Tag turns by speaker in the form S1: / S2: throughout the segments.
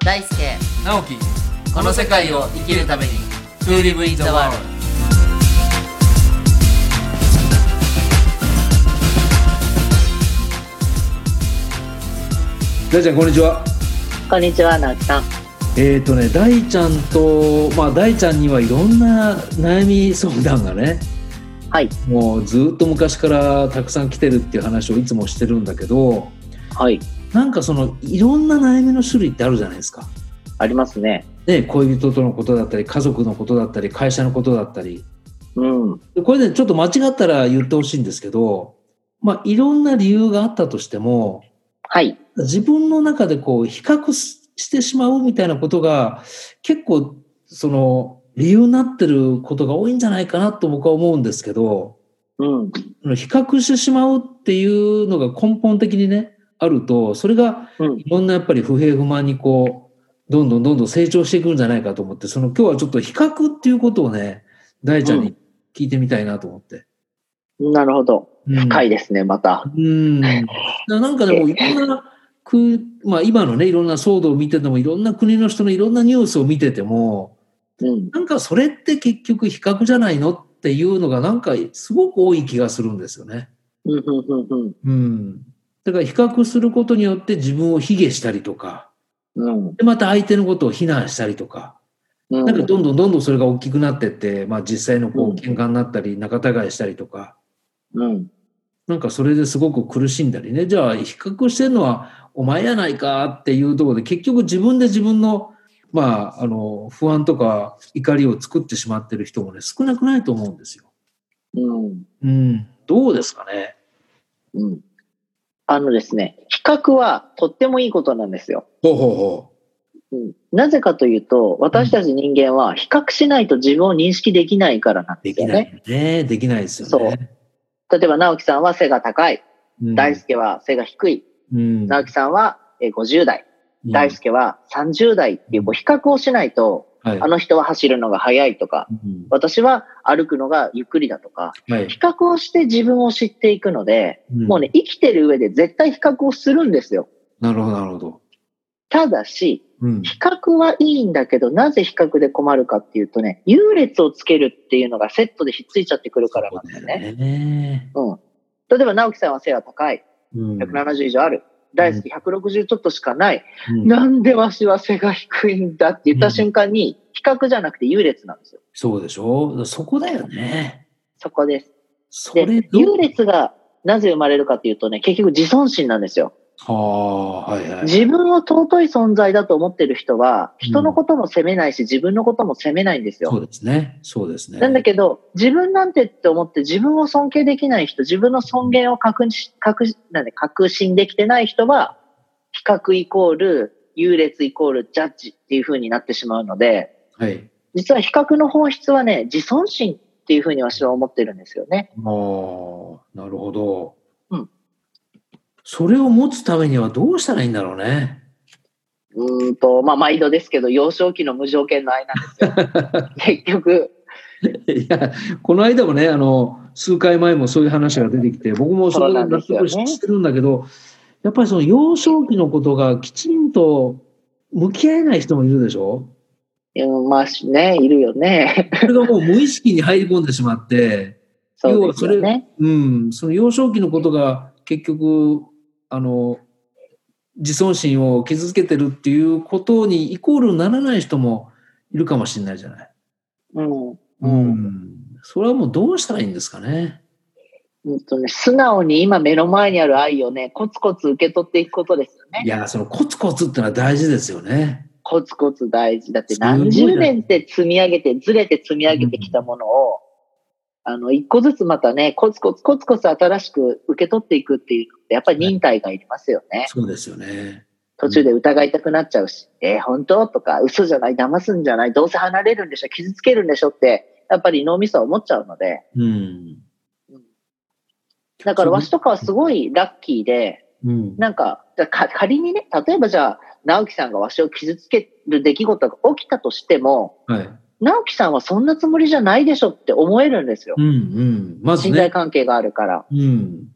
S1: 大輔
S2: 直樹
S1: この世界を生きるために
S2: To live in the world
S3: 大ちゃんこんにちは
S4: こんにちは、なおきさん。
S3: えっ、ー、とね大ちゃんとまあ大ちゃんにはいろんな悩み相談がね
S4: はい、
S3: もうずっと昔からたくさん来てるっていう話をいつもしてるんだけど
S4: はい、
S3: なんかそのいろんな悩みの種類ってあるじゃないですか。
S4: ありますね。
S3: ね、恋人とのことだったり家族のことだったり会社のことだったり
S4: うん、
S3: でこれねちょっと間違ったら言ってほしいんですけど、まあ、いろんな理由があったとしても
S4: はい、
S3: 自分の中でこう比較すしてしまうみたいなことが結構その理由になってることが多いんじゃないかなと僕は思うんですけど
S4: うん、
S3: 比較してしまうっていうのが根本的にねあるとそれが
S4: うん、
S3: いろんなやっぱり不平不満にこうどんどんどんどん成長していくんじゃないかと思ってその今日はちょっと比較っていうことをね大ちゃんに聞いてみたいなと思って。
S4: なるほど。
S3: うん
S4: 深いですね、また。
S3: うん。だからなんかでもいろんな国、まあ今のね、いろんな騒動を見てても、いろんな国の人のいろんなニュースを見てても、
S4: うん、
S3: なんかそれって結局比較じゃないのっていうのがなんかすごく多い気がするんですよね。
S4: うん、うん、うん、
S3: うん。だから比較することによって自分を卑下したりとか、
S4: うん、
S3: でまた相手のことを非難したりとか、
S4: うん、
S3: なんかどんどんどんどんそれが大きくなってって、まあ実際のこ
S4: うん
S3: う喧嘩になったり仲違いしたりとか、
S4: うん、
S3: なんかそれですごく苦しんだりね、じゃあ比較してるのはお前やないかっていうところで、結局自分で自分の、まあ、あの、不安とか怒りを作ってしまってる人もね、少なくないと思うんですよ。
S4: うん、
S3: うん。どうですかね。
S4: うん。あのですね、比較はとってもいいことなんですよ。
S3: ほうほうほ
S4: うん、なぜかというと、私たち人間は比較しないと自分を認識できないからなん
S3: う。
S4: で
S3: ですき
S4: よ
S3: な
S4: ね。
S3: いね。できないですよね。
S4: 例えば、直樹さんは背が高い、
S3: うん
S4: 大輔は背が低い、
S3: うん。
S4: 直樹さんはえー50代、
S3: うん
S4: 大輔は30代っていうこう比較をしないと、
S3: はい
S4: あの人は走るのが速いとか、
S3: うん
S4: 私は歩くのがゆっくりだとか、
S3: はい
S4: 比較をして自分を知っていくので、
S3: ん
S4: もうね、生きてる上で絶対比較をするんですよ。
S3: なるほど、なるほど。
S4: ただし、
S3: うん。
S4: 比較はいいんだけど、なぜ比較で困るかっていうとね、優劣をつけるっていうのがセットでひっついちゃってくるからなんだよね。
S3: ね。
S4: うん。例えば、直樹さんは背が高い。
S3: うん。
S4: 170以上ある。大好き160ちょっとしかない。
S3: うん
S4: なんでわしは背が低いんだって言った瞬間に、比較じゃなくて優劣なんですよ。
S3: そうでしょそこだよね。
S4: そこです。
S3: それ
S4: で、
S3: どう
S4: 優劣がなぜ生まれるかっていうとね、結局自尊心なんですよ。
S3: はあ、はいはい。
S4: 自分を尊い存在だと思ってる人は、人のことも責めないし、自分のことも責めないんです
S3: そ
S4: よ。
S3: うですね。そうですね。
S4: なんだけど、自分なんてって思って自分を尊敬できない人、自分の尊厳を確し確しなんで確信できてない人は、比較イコール、優劣イコール、ジャッジっていう風になってしまうので、
S3: はい。
S4: 実は比較の本質はね、自尊心っていう風に私は思ってるんですよね。
S3: ああ、なるほど。
S4: うん。
S3: それを持つためにはどうしたらいいんだろうね。
S4: うーんと、まあ、毎度ですけど、幼少期の無条件の愛なん ですよ。結局。
S3: いや、この間もね、あの、数回前もそういう話が出てきて、僕もそれ
S4: そう
S3: を
S4: なんで
S3: 納
S4: すよね
S3: 得してるんだけど、やっぱりその幼少期のことがきちんと向き合えない人もいるでしょ
S4: うん、まあしね、いるよ ね。
S3: それがもう無意識に入り込んでしまって、
S4: そうですよね。
S3: うん、その幼少期のことが結局あの自尊心を傷つけてるっていうことにイコールにならない人もいるかもしれないじゃない。
S4: うん。
S3: うん、それはもうどうしたらいいんですかね。
S4: うんとね、素直に今目の前にある愛をね、コツコツ受け取っていくことですよね。
S3: いやそのコツコツってのは大事ですよね。
S4: コツコツ大事。だって
S3: すごいな
S4: 何十年って積み上げて、ずれて積み上げてきたものを、あの、一個ずつまたね、コツコツコツコツ新しく受け取っていくっていうのって、やっぱり忍耐がいりますよね。
S3: そうですよね。
S4: 途中で疑いたくなっちゃうし、えー本当とか、嘘じゃない、騙すんじゃない、どうせ離れるんでしょ、傷つけるんでしょって、やっぱり脳みそは思っちゃうので、
S3: うん。
S4: だからわしとかはすごいラッキーで、
S3: うん。
S4: なんか、じゃあか仮にね、例えばじゃあ、直樹さんがわしを傷つける出来事が起きたとしても、
S3: はい。
S4: 直樹さんはそんなつもりじゃないでしょって思えるんですよ。
S3: うんうん。まず
S4: 信頼
S3: ね。
S4: 関係があるから。
S3: うん。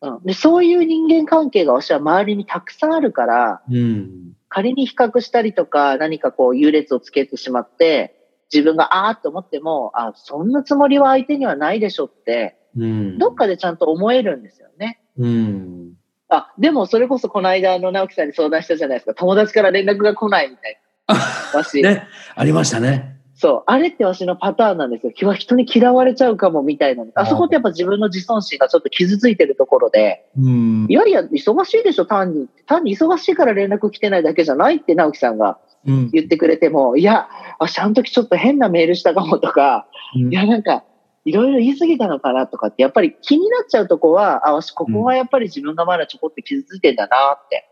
S4: うん、でそういう人間関係がわしは周りにたくさんあるから、
S3: うん。
S4: 仮に比較したりとか、何かこう優劣をつけてしまって、自分があーっと思っても、あ、そんなつもりは相手にはないでしょって、
S3: うん。
S4: どっかでちゃんと思えるんですよね。
S3: うん。
S4: あ、でもそれこそこの間あの直樹さんに相談したじゃないですか。友達から連絡が来ないみたいな。わし、
S3: ね、ありましたね。
S4: そう。あれってわしのパターンなんですよ。人人に嫌われちゃうかもみたいな。あそこってやっぱ自分の自尊心がちょっと傷ついてるところで、
S3: うん
S4: い。やいや、忙しいでしょ、単に。単に忙しいから連絡来てないだけじゃないって直樹さんが
S3: うん。
S4: 言ってくれても、いや、あしあの時ちょっと変なメールしたかもとか、
S3: うん
S4: いや、なんか、いろいろ言い過ぎたのかなとかって、やっぱり気になっちゃうとこは、あ、わし、ここはやっぱり自分がまだちょこって傷ついてんだなって。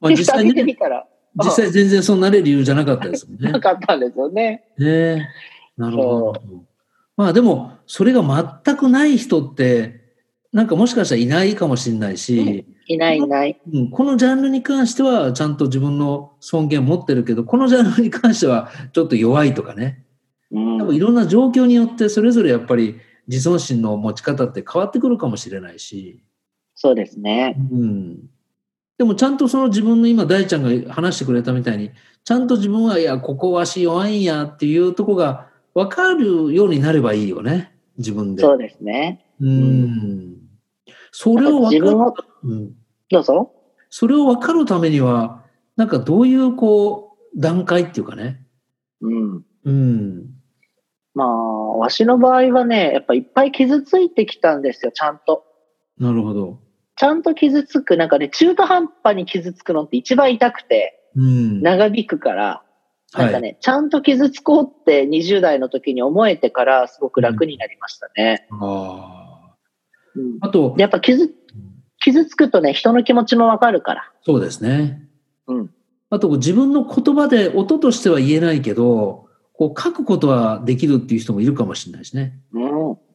S3: まあ、
S4: で、
S3: 実
S4: 蓋
S3: 際
S4: 開けて
S3: ね、
S4: みたら、
S3: 実際全然そんなね理由じゃなかったですもんね
S4: な。かったんですよね。
S3: ねなるほど。まあでも、それが全くない人って、なんかもしかしたらいないかもしれないし、
S4: いないいない。
S3: うんこのジャンルに関してはちゃんと自分の尊厳を持ってるけど、このジャンルに関してはちょっと弱いとかね。
S4: うん
S3: 多分いろんな状況によってそれぞれやっぱり自尊心の持ち方って変わってくるかもしれないし、
S4: そうですね。
S3: うん、でもちゃんとその自分の今大ちゃんが話してくれたみたいにちゃんと自分はいやここわし弱いんやっていうとこが分かるようになればいいよね自分で。
S4: そうですね。
S3: うん、それを
S4: 自
S3: 分
S4: 分
S3: か
S4: を、
S3: る、うん、
S4: どうぞ。
S3: それを分かるためにはなんかどういうこう段階っていうかね。
S4: うん。
S3: うん
S4: まあ、わしの場合はね、やっぱいっぱい傷ついてきたんですよ、ちゃんと。
S3: なるほど。
S4: ちゃんと傷つく、なんかね、中途半端に傷つくのって一番痛くて、
S3: うん、
S4: 長引くから、なんか
S3: はい、
S4: ね、ちゃんと傷つこうって20代の時に思えてから、すごく楽になりましたね。
S3: あ
S4: うん
S3: ーあと
S4: でやっぱ傷、傷つくとね、人の気持ちもわかるから。
S3: そうですね。
S4: うん。
S3: あと自分の言葉で音としては言えないけど、こう書くことはできるっていう人もいるかもしれないしね。
S4: うん。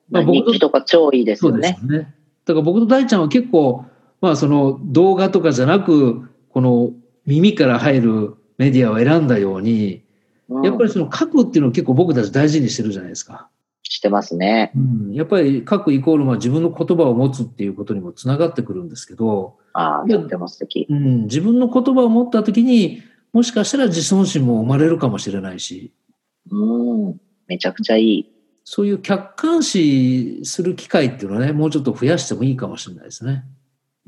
S3: まあ僕
S4: 日記とか超いいですよね。
S3: よね。だから僕と大ちゃんは結構、まあその動画とかじゃなく、この耳から入るメディアを選んだように、
S4: うん
S3: やっぱりその書くっていうのを結構僕たち大事にしてるじゃないですか。
S4: してますね。
S3: うん、やっぱり書くイコールまあ自分の言葉を持つっていうことにもつながってくるんですけど、
S4: ああ、
S3: いや
S4: とっても素敵。
S3: うん、自分の言葉を持った時にもしかしたら自尊心も生まれるかもしれないし、
S4: うん。めちゃくちゃいい。
S3: そういう客観視する機会っていうのはね、もうちょっと増やしてもいいかもしれないですね。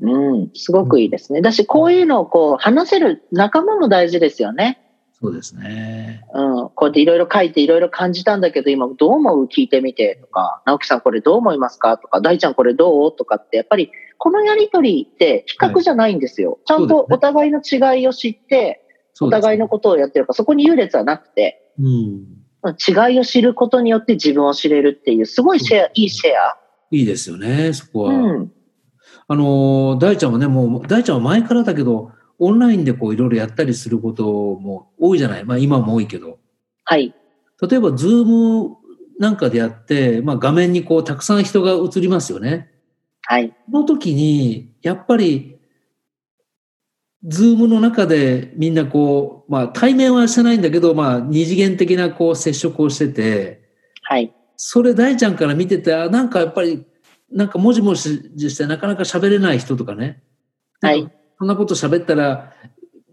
S4: うん。すごくいいですね。だし、こういうのをこう、話せる仲間も大事ですよね。
S3: そうですね。
S4: うん、こうやっていろいろ書いていろいろ感じたんだけど今どう思う聞いてみてとか直樹さんこれどう思いますかとか大ちゃんこれどうとかってやっぱりこのやりとりって比較じゃないんですよ、ちゃん
S3: そう
S4: と
S3: ですね
S4: お互いの違いを知って
S3: そ
S4: お
S3: うですね
S4: 互いの。ことをやってるからそこに優劣はなくて
S3: うん。
S4: うん違いを知ることによって自分を知れるっていうすごいシェアいいシェア、
S3: いいですよね、そこは。
S4: うん、
S3: あのー、大ちゃんはね、もう、大ちゃんは前からだけど、オンラインでこういろいろやったりすることも多いじゃない。まあ今も多いけど。
S4: はい
S3: 例えば、ズームなんかでやって、まあ画面にこうたくさん人が映りますよね。
S4: はい
S3: その時に、やっぱり、ズームの中でみんなこう、まあ対面はしてないんだけど、まあ二次元的なこう接触をしてて、
S4: はい
S3: それ大ちゃんから見てて、あなんかやっぱり、なんかもじもじしてなかなか喋れない人とかね。
S4: はい
S3: なんか。そんなこと喋ったら、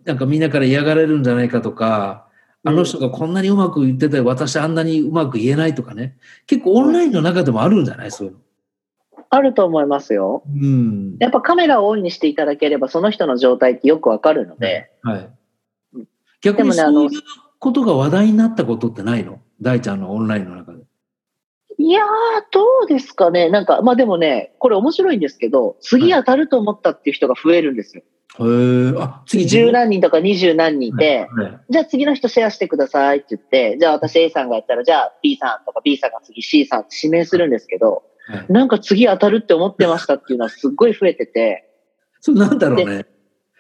S3: なんかみんなから嫌がられるんじゃないかとか、あの人がこんなにうまく言ってて、私あんなにうまく言えないとかね。結構オンラインの中でもあるんじゃないそういうの。
S4: あると思いますよ
S3: うん。
S4: やっぱカメラをオンにしていただければその人の状態ってよくわかるので、
S3: はい
S4: うん。
S3: 逆に
S4: でもねあ
S3: そうい
S4: の
S3: うことが話題になったことってないの大ちゃんのオンラインの中で。
S4: いやー、どうですかね。なんか、まあでもね、これ面白いんですけど、次当たると思ったっていう人が増えるんですよ。
S3: へえ。あ、次
S4: 十何人とか二十何人で、
S3: はい
S4: じゃあ次の人シェアしてくださいって言って、じゃあ私 A さんがやったら、じゃあ B さんとか B さんが次 C さんって指名するんですけど、
S3: はい
S4: なんか次当たるって思ってましたっていうのはすっごい増えてて、
S3: それなんだろうね。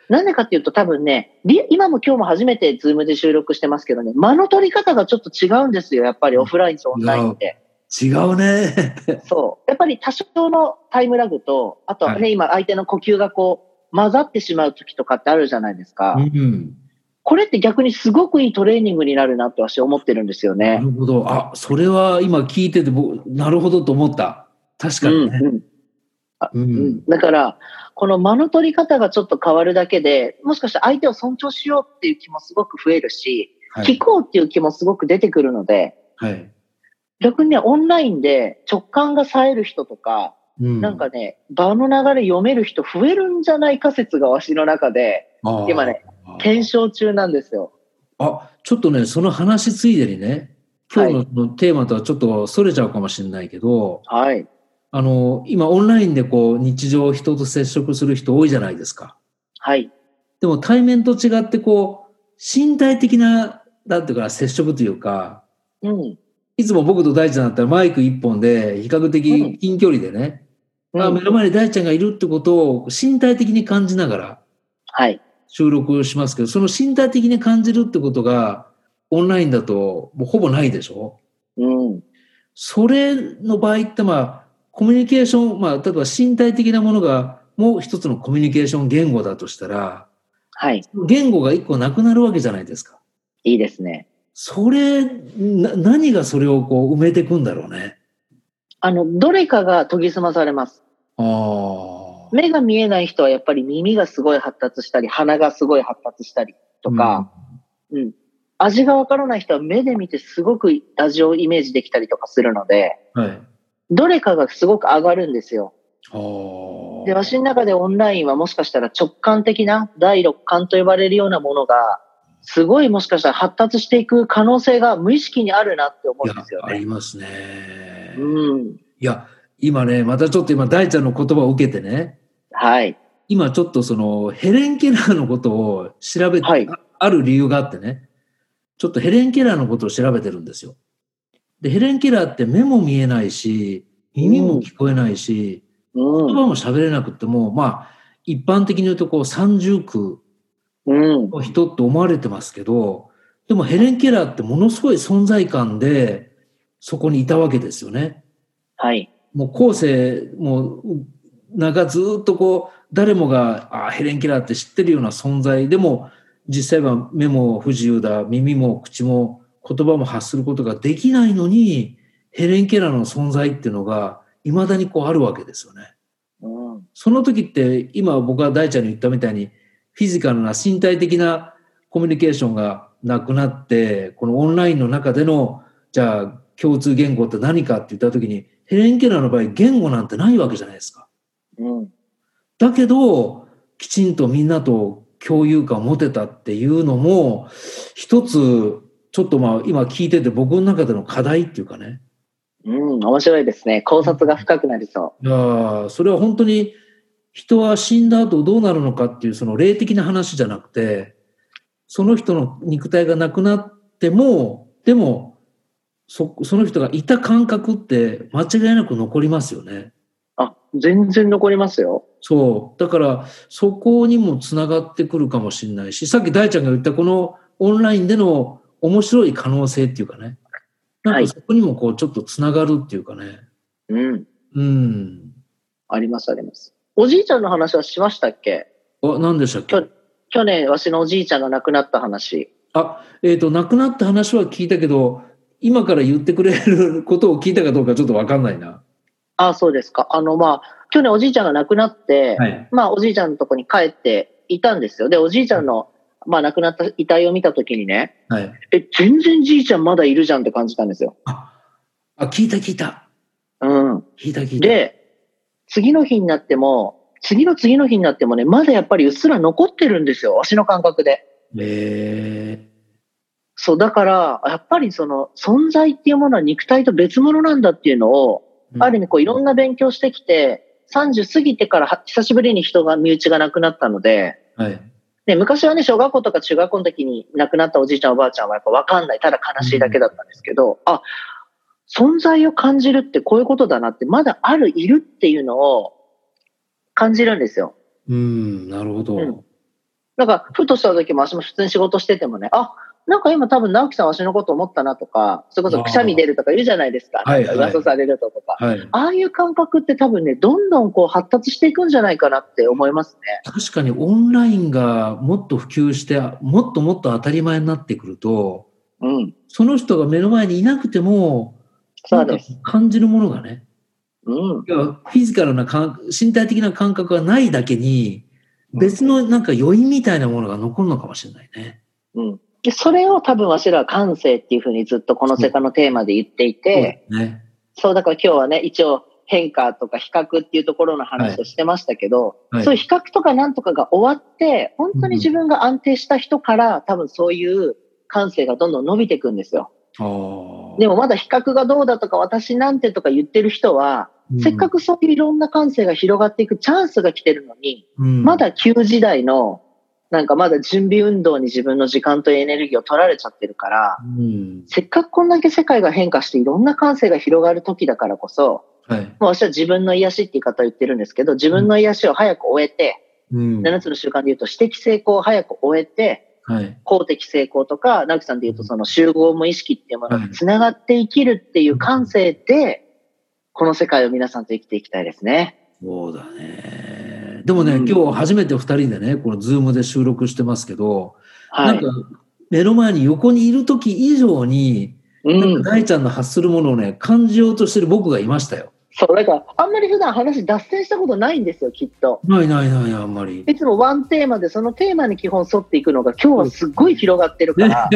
S4: なんでかっていうと多分ね、リ今も今日も初めてズームで収録してますけどね、間の取り方がちょっと違うんですよ。やっぱりオフラインとオンラインって。
S3: 違うね。
S4: そう。やっぱり多少のタイムラグと、あとはね、
S3: は
S4: 今相手の呼吸がこう、混ざってしまう時とかってあるじゃないですか。
S3: うん。
S4: これって逆にすごくいいトレーニングになるなって私思ってるんですよ
S3: な
S4: ね。
S3: るほど。あ、それは今聞いてて、僕、なるほどと思った。確
S4: う
S3: か
S4: ん、
S3: にね。
S4: うん。
S3: うん
S4: うんだから、この間の取り方がちょっと変わるだけで、もしかして相手を尊重しようっていう気もすごく増えるし、
S3: は
S4: 聞
S3: い。
S4: こうっていう気もすごく出てくるので、
S3: はい。
S4: 逆にね、オンラインで直感が冴える人とか、
S3: うん
S4: なんかね、場の流れ読める人増えるんじゃないか説がわしの中で、今ね、
S3: あー
S4: 検証中なんですよ。
S3: あ、ちょっとね、その話ついでにね、今日のそのテーマとはちょっとそれちゃうかもしれないけど、
S4: はい。
S3: あの、今オンラインでこう、日常人と接触する人多いじゃないですか。
S4: はい。
S3: でも対面と違ってこう、身体的な、なんていうか、接触というか、
S4: うん。
S3: いつも僕と大ちゃんだったらマイク一本で、比較
S4: うん
S3: 的近距離でね、
S4: うん
S3: あ目の前に大ちゃんがいるってことを身体的に感じながら、
S4: はい。
S3: 収録しますけど、その身体的に感じるってことが、オンラインだともうほぼないでしょ
S4: うん。
S3: それの場合って、まあ、コミュニケーション、まあ、例えば身体的なものがもう一つのコミュニケーション言語だとしたら、
S4: はい。
S3: 言語が一個なくなるわけじゃないですか。
S4: いいですね。
S3: それ、な何がそれをこう埋めていくんだろうね。
S4: あの、どれかが研ぎ澄まされます。
S3: ああ。
S4: 目が見えない人はやっぱり耳がすごい発達したり、鼻がすごい発達したりとか、うん、味がわからない人は目で見てすごく味をイメージできたりとかするので、
S3: うん。はい。
S4: どれかがすごく上がるんですよ。
S3: ああ。
S4: で、私の中でオンラインはもしかしたら直感的な第六感と呼ばれるようなものが、すごいもしかしたら発達していく可能性が無意識にあるなって思
S3: い
S4: うん
S3: や
S4: ですよ
S3: あ
S4: ね。
S3: りますね。
S4: うん。
S3: いや、今ね、またちょっと今、大ちゃんの言葉を受けてね、
S4: はい。
S3: 今ちょっとそのヘレン・ケラーのことを調べて、
S4: はい
S3: あある理由があってね、ちょっとヘレン・ケラーのことを調べてるんですよ。で、ヘレン・ケラーって目も見えないし、耳も聞こえないし、
S4: うん。
S3: 言葉も喋れなくても、まあ、一般的に言うとこう三重苦
S4: うん。
S3: の人って思われてますけど、でもヘレン・ケラーってものすごい存在感で、そこにいたわけですよね。
S4: はい。
S3: もう後世もう長ずっとこう誰もがあヘレン・ケラーって知ってるような存在でも実際は目も不自由だ耳も口も言葉も発することができないのにヘレン・ケラーの存在っていうのがいまだにこうあるわけですよね。
S4: うん。
S3: その時って今僕は大ちゃんに言ったみたいにフィジカルな身体的なコミュニケーションがなくなってこのオンラインの中でのじゃあ共通言語って何かって言った時にヘレン・ケラーの場合言語なんてないわけじゃないですか。
S4: うん。
S3: だけどきちんとみんなと共有感を持てたっていうのも一つちょっとまあ今聞いてて僕の中での課題っていうかね
S4: うん。面白いですね。考察が深くなりそう。
S3: いやーそれは本当に人は死んだ後どうなるのかっていうその霊的な話じゃなくてその人の肉体がなくなってもでもそその人がいた感覚って間違いなく残りますよね。
S4: あ、全然残りますよ。
S3: そうだからそこにもつながってくるかもしれないしさっき大ちゃんが言ったこのオンラインでの面白い可能性っていうかねな
S4: は
S3: ん
S4: い
S3: かそこにもこうちょっとつながるっていうかね。
S4: うん。
S3: うん。
S4: ありますあります。おじいちゃんの話はしましたっけ
S3: あ何でしたっけ
S4: 今日去年、わしのおじいちゃんが亡くなった話。
S3: あ、えっ、と、亡くなった話は聞いたけど、今から言ってくれることを聞いたかどうかちょっとわかんないな。
S4: あ、そうですか。あの、まあ、去年おじいちゃんが亡くなって、
S3: はい。
S4: まあ、おじいちゃんのとこに帰っていたんですよ。で、おじいちゃんの、まあ、亡くなった遺体を見たときにね、
S3: はい。
S4: え、全然じいちゃんまだいるじゃんって感じたんですよ。
S3: あ、聞いた聞いた。
S4: うん。
S3: 聞いた聞いた。
S4: で、次の日になっても、次の次の日になってもね、まだやっぱりうっすら残ってるんですよ。わしの感覚で。
S3: え
S4: そう、だから、やっぱりその存在っていうものは肉体と別物なんだっていうのを、
S3: ー、
S4: ある意味こういろんな勉強してきて、30過ぎてからは久しぶりに人が、身内が亡くなったので、
S3: はい。
S4: ね、昔はね、小学校とか中学校の時に亡くなったおじいちゃんおばあちゃんはやっぱわかんない、ただ悲しいだけだったんですけど、あ、存在を感じるってこういうことだなって、まだある、いるっていうのを感じるんですよ。
S3: うん、なるほど。
S4: うんなんか、ふとした時も、私も普通に仕事しててもね、あ、なんか今多分直樹さん私のこと思ったなとか、それこそくしゃみ出るとか言うじゃないですか。
S3: はい
S4: なんか噂されるととか。
S3: はい。
S4: ああいう感覚って多分ね、どんどんこう発達していくんじゃないかなって思いますね。
S3: 確かにオンラインがもっと普及して、もっともっと当たり前になってくると、
S4: うん。
S3: その人が目の前にいなくても、
S4: そうです。
S3: なんか感じるものがね、
S4: うん。
S3: 要はフィジカルな感身体的な感覚がないだけに、別のなんか余韻みたいなものが残るのかもしれないね。
S4: うん。で、それを多分わしらは感性っていうふうにずっとこの世界のテーマで言っていて、
S3: そうですね。
S4: そう、だから今日はね、一応変化とか比較っていうところの話をしてましたけど、
S3: はい
S4: そういう比較とかなんとかが終わって、本当に自分が安定した人から多分そういう感性がどんどん伸びていくんですよ。
S3: あー
S4: でもまだ比較がどうだとか私なんてとか言ってる人は、せっか、くそういういろんな感性が広がっていくチャンスが来てるのに、
S3: うん
S4: ま、だ旧時代の、なんかまだ準備運動に自分の時間とエネルギーを取られちゃってるから、
S3: うん
S4: せっかくこんだけ世界が変化していろんな感性が広がる時だからこそ、
S3: はい。
S4: もう私は自分の癒しって言い方を言ってるんですけど、自分の癒しを早く終えて、
S3: うん
S4: 7つの習慣で言うと、私的成功を早く終えて、
S3: はい。
S4: 公的成功とか、ナクさんで言うとその集合無意識っていうもの
S3: は
S4: に
S3: い
S4: つながって生きるっていう感性で、この世界を皆さんと生きていきたいですね。
S3: そうだね。でもね、
S4: うん
S3: 今日初めて二人でね、このズームで収録してますけど、
S4: は
S3: ないん。か目の前に横にいる時以上に、
S4: う
S3: なん
S4: ん
S3: か。大ちゃんの発するものをね、感じようとしてる僕がいましたよ。
S4: そう、だから、あんまり普段話脱線したことないんですよ、きっと。
S3: ないないない、あんま り。
S4: いつもワンテーマで、そのテーマに基本沿っていくのが、今日はすっごい広がってるから、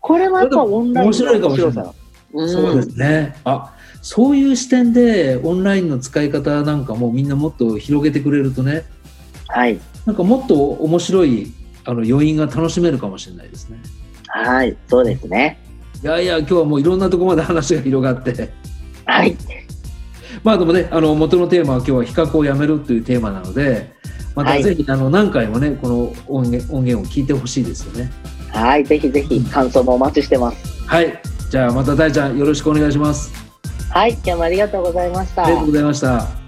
S4: これもやっぱオンラインの
S3: 面白いかもしれない
S4: 面白さ。
S3: そう
S4: う
S3: で
S4: ん
S3: すね。あそういう視点でオンラインの使い方なんかもみんなもっと広げてくれるとね、
S4: はい。
S3: なんかもっと面白いあの余韻が楽しめるかもしれないですね。
S4: はい。そうですね。
S3: いやいや、今日はもういろんなところまで話が広がって、
S4: はい。
S3: まあでもね、あの元のテーマは今日は比較をやめるというテーマなので、ま
S4: は
S3: た
S4: い
S3: ぜひあの何回もね、この音源音源を聞いてほしいですよね。
S4: はい。ぜひぜひ、感想もお待ちしてます。
S3: はい、じゃあまた大ちゃんよろしくお願いします。
S4: はい。今日もありがとうございました。
S3: ありがとうございました。